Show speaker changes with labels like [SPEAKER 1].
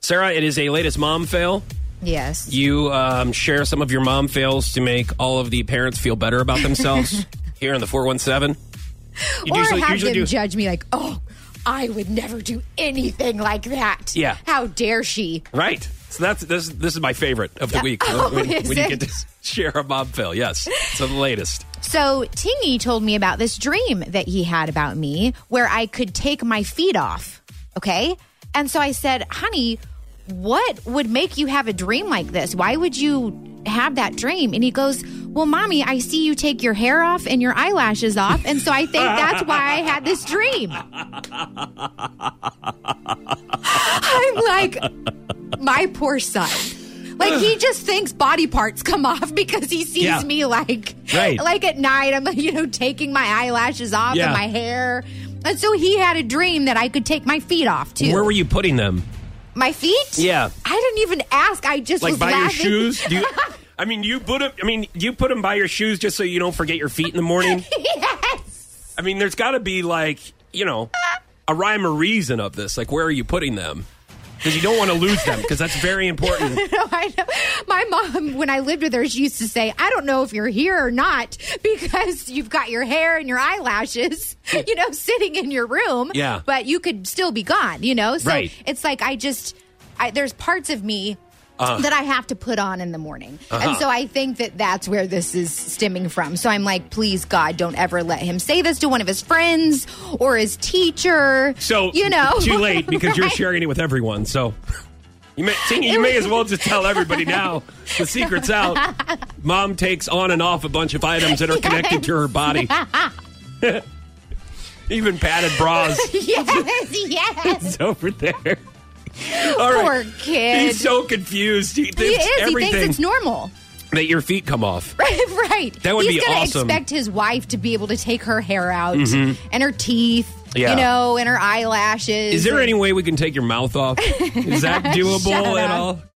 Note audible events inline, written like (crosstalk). [SPEAKER 1] Sarah, it is a latest mom fail.
[SPEAKER 2] Yes.
[SPEAKER 1] You um, share some of your mom fails to make all of the parents feel better about
[SPEAKER 2] (laughs)
[SPEAKER 1] themselves here in the 417. You
[SPEAKER 2] or
[SPEAKER 1] usually-
[SPEAKER 2] have
[SPEAKER 1] usually
[SPEAKER 2] them
[SPEAKER 1] do-
[SPEAKER 2] judge me like, oh, I would never do anything like that.
[SPEAKER 1] Yeah.
[SPEAKER 2] How dare she?
[SPEAKER 1] Right. So that's this. This is my favorite of the
[SPEAKER 2] (laughs)
[SPEAKER 1] week
[SPEAKER 2] Oh,
[SPEAKER 1] when,
[SPEAKER 2] is
[SPEAKER 1] when you
[SPEAKER 2] it?
[SPEAKER 1] get to (laughs) share a mom fail. Yes, so the latest.
[SPEAKER 2] So Tingy told me about this dream that he had about me where I could take my feet off. Okay. And so I said, honey, what would make you have a dream like this? Why would you have that dream? And he goes, Well, mommy, I see you take your hair off and your eyelashes off. And so I think that's why I had this dream. I'm like, My poor son. Like, he just thinks body parts come off because he sees
[SPEAKER 1] Yeah.
[SPEAKER 2] me like
[SPEAKER 1] Right.
[SPEAKER 2] like at night i'm (laughs) you know taking my eyelashes off
[SPEAKER 1] Yeah.
[SPEAKER 2] and my hair and so he had a dream that i could take my feet off too
[SPEAKER 1] Where were you putting them?
[SPEAKER 2] my feet
[SPEAKER 1] Yeah.
[SPEAKER 2] i didn't even ask i just
[SPEAKER 1] Like
[SPEAKER 2] was
[SPEAKER 1] by your
[SPEAKER 2] laughing.
[SPEAKER 1] shoes? Do you, I mean, you put them. I mean, you put them by your shoes just so you don't forget your feet in the
[SPEAKER 2] (laughs)
[SPEAKER 1] morning.
[SPEAKER 2] (laughs) yes
[SPEAKER 1] I mean, there's got to be like you know a rhyme or reason of this. Like, where are you putting them? Because you don't want to lose them. Because that's very important.
[SPEAKER 2] (laughs) no, I know. my mom when i lived with her she used to say i don't know if you're here or not (laughs) because you've got your hair and your eyelashes (laughs) you know sitting in your room
[SPEAKER 1] Yeah.
[SPEAKER 2] but you could still be gone you know so
[SPEAKER 1] Right.
[SPEAKER 2] it's like i just I, there's parts of me
[SPEAKER 1] Uh-huh.
[SPEAKER 2] that I have to put on in the morning. And so I think that that's where this is stemming from. So I'm like, please, God, don't ever let him say this to one of his friends or his teacher.
[SPEAKER 1] So
[SPEAKER 2] you know,
[SPEAKER 1] too late because you're
[SPEAKER 2] (laughs) Right?
[SPEAKER 1] sharing it with everyone. So you may, Tina, you may as well just tell
[SPEAKER 2] (laughs)
[SPEAKER 1] everybody now. The secret's out. Mom takes on and off a bunch of items that are connected to her
[SPEAKER 2] (laughs)
[SPEAKER 1] body. (laughs) Even padded bras
[SPEAKER 2] (laughs) Yes, yes.
[SPEAKER 1] is over there. All
[SPEAKER 2] Poor
[SPEAKER 1] right.
[SPEAKER 2] kid.
[SPEAKER 1] He's so confused. He
[SPEAKER 2] he
[SPEAKER 1] thinks
[SPEAKER 2] is. He
[SPEAKER 1] everything
[SPEAKER 2] thinks it's normal. (laughs)
[SPEAKER 1] that your feet come off.
[SPEAKER 2] right.
[SPEAKER 1] That would
[SPEAKER 2] He's
[SPEAKER 1] be
[SPEAKER 2] gonna
[SPEAKER 1] awesome. Mm-hmm.
[SPEAKER 2] expect his wife to be able to take her hair out and her teeth,
[SPEAKER 1] Yeah.
[SPEAKER 2] you know, and her eyelashes. (laughs)
[SPEAKER 1] Is there any way we can take your mouth off? Is that doable
[SPEAKER 2] Shut
[SPEAKER 1] at
[SPEAKER 2] up.
[SPEAKER 1] all?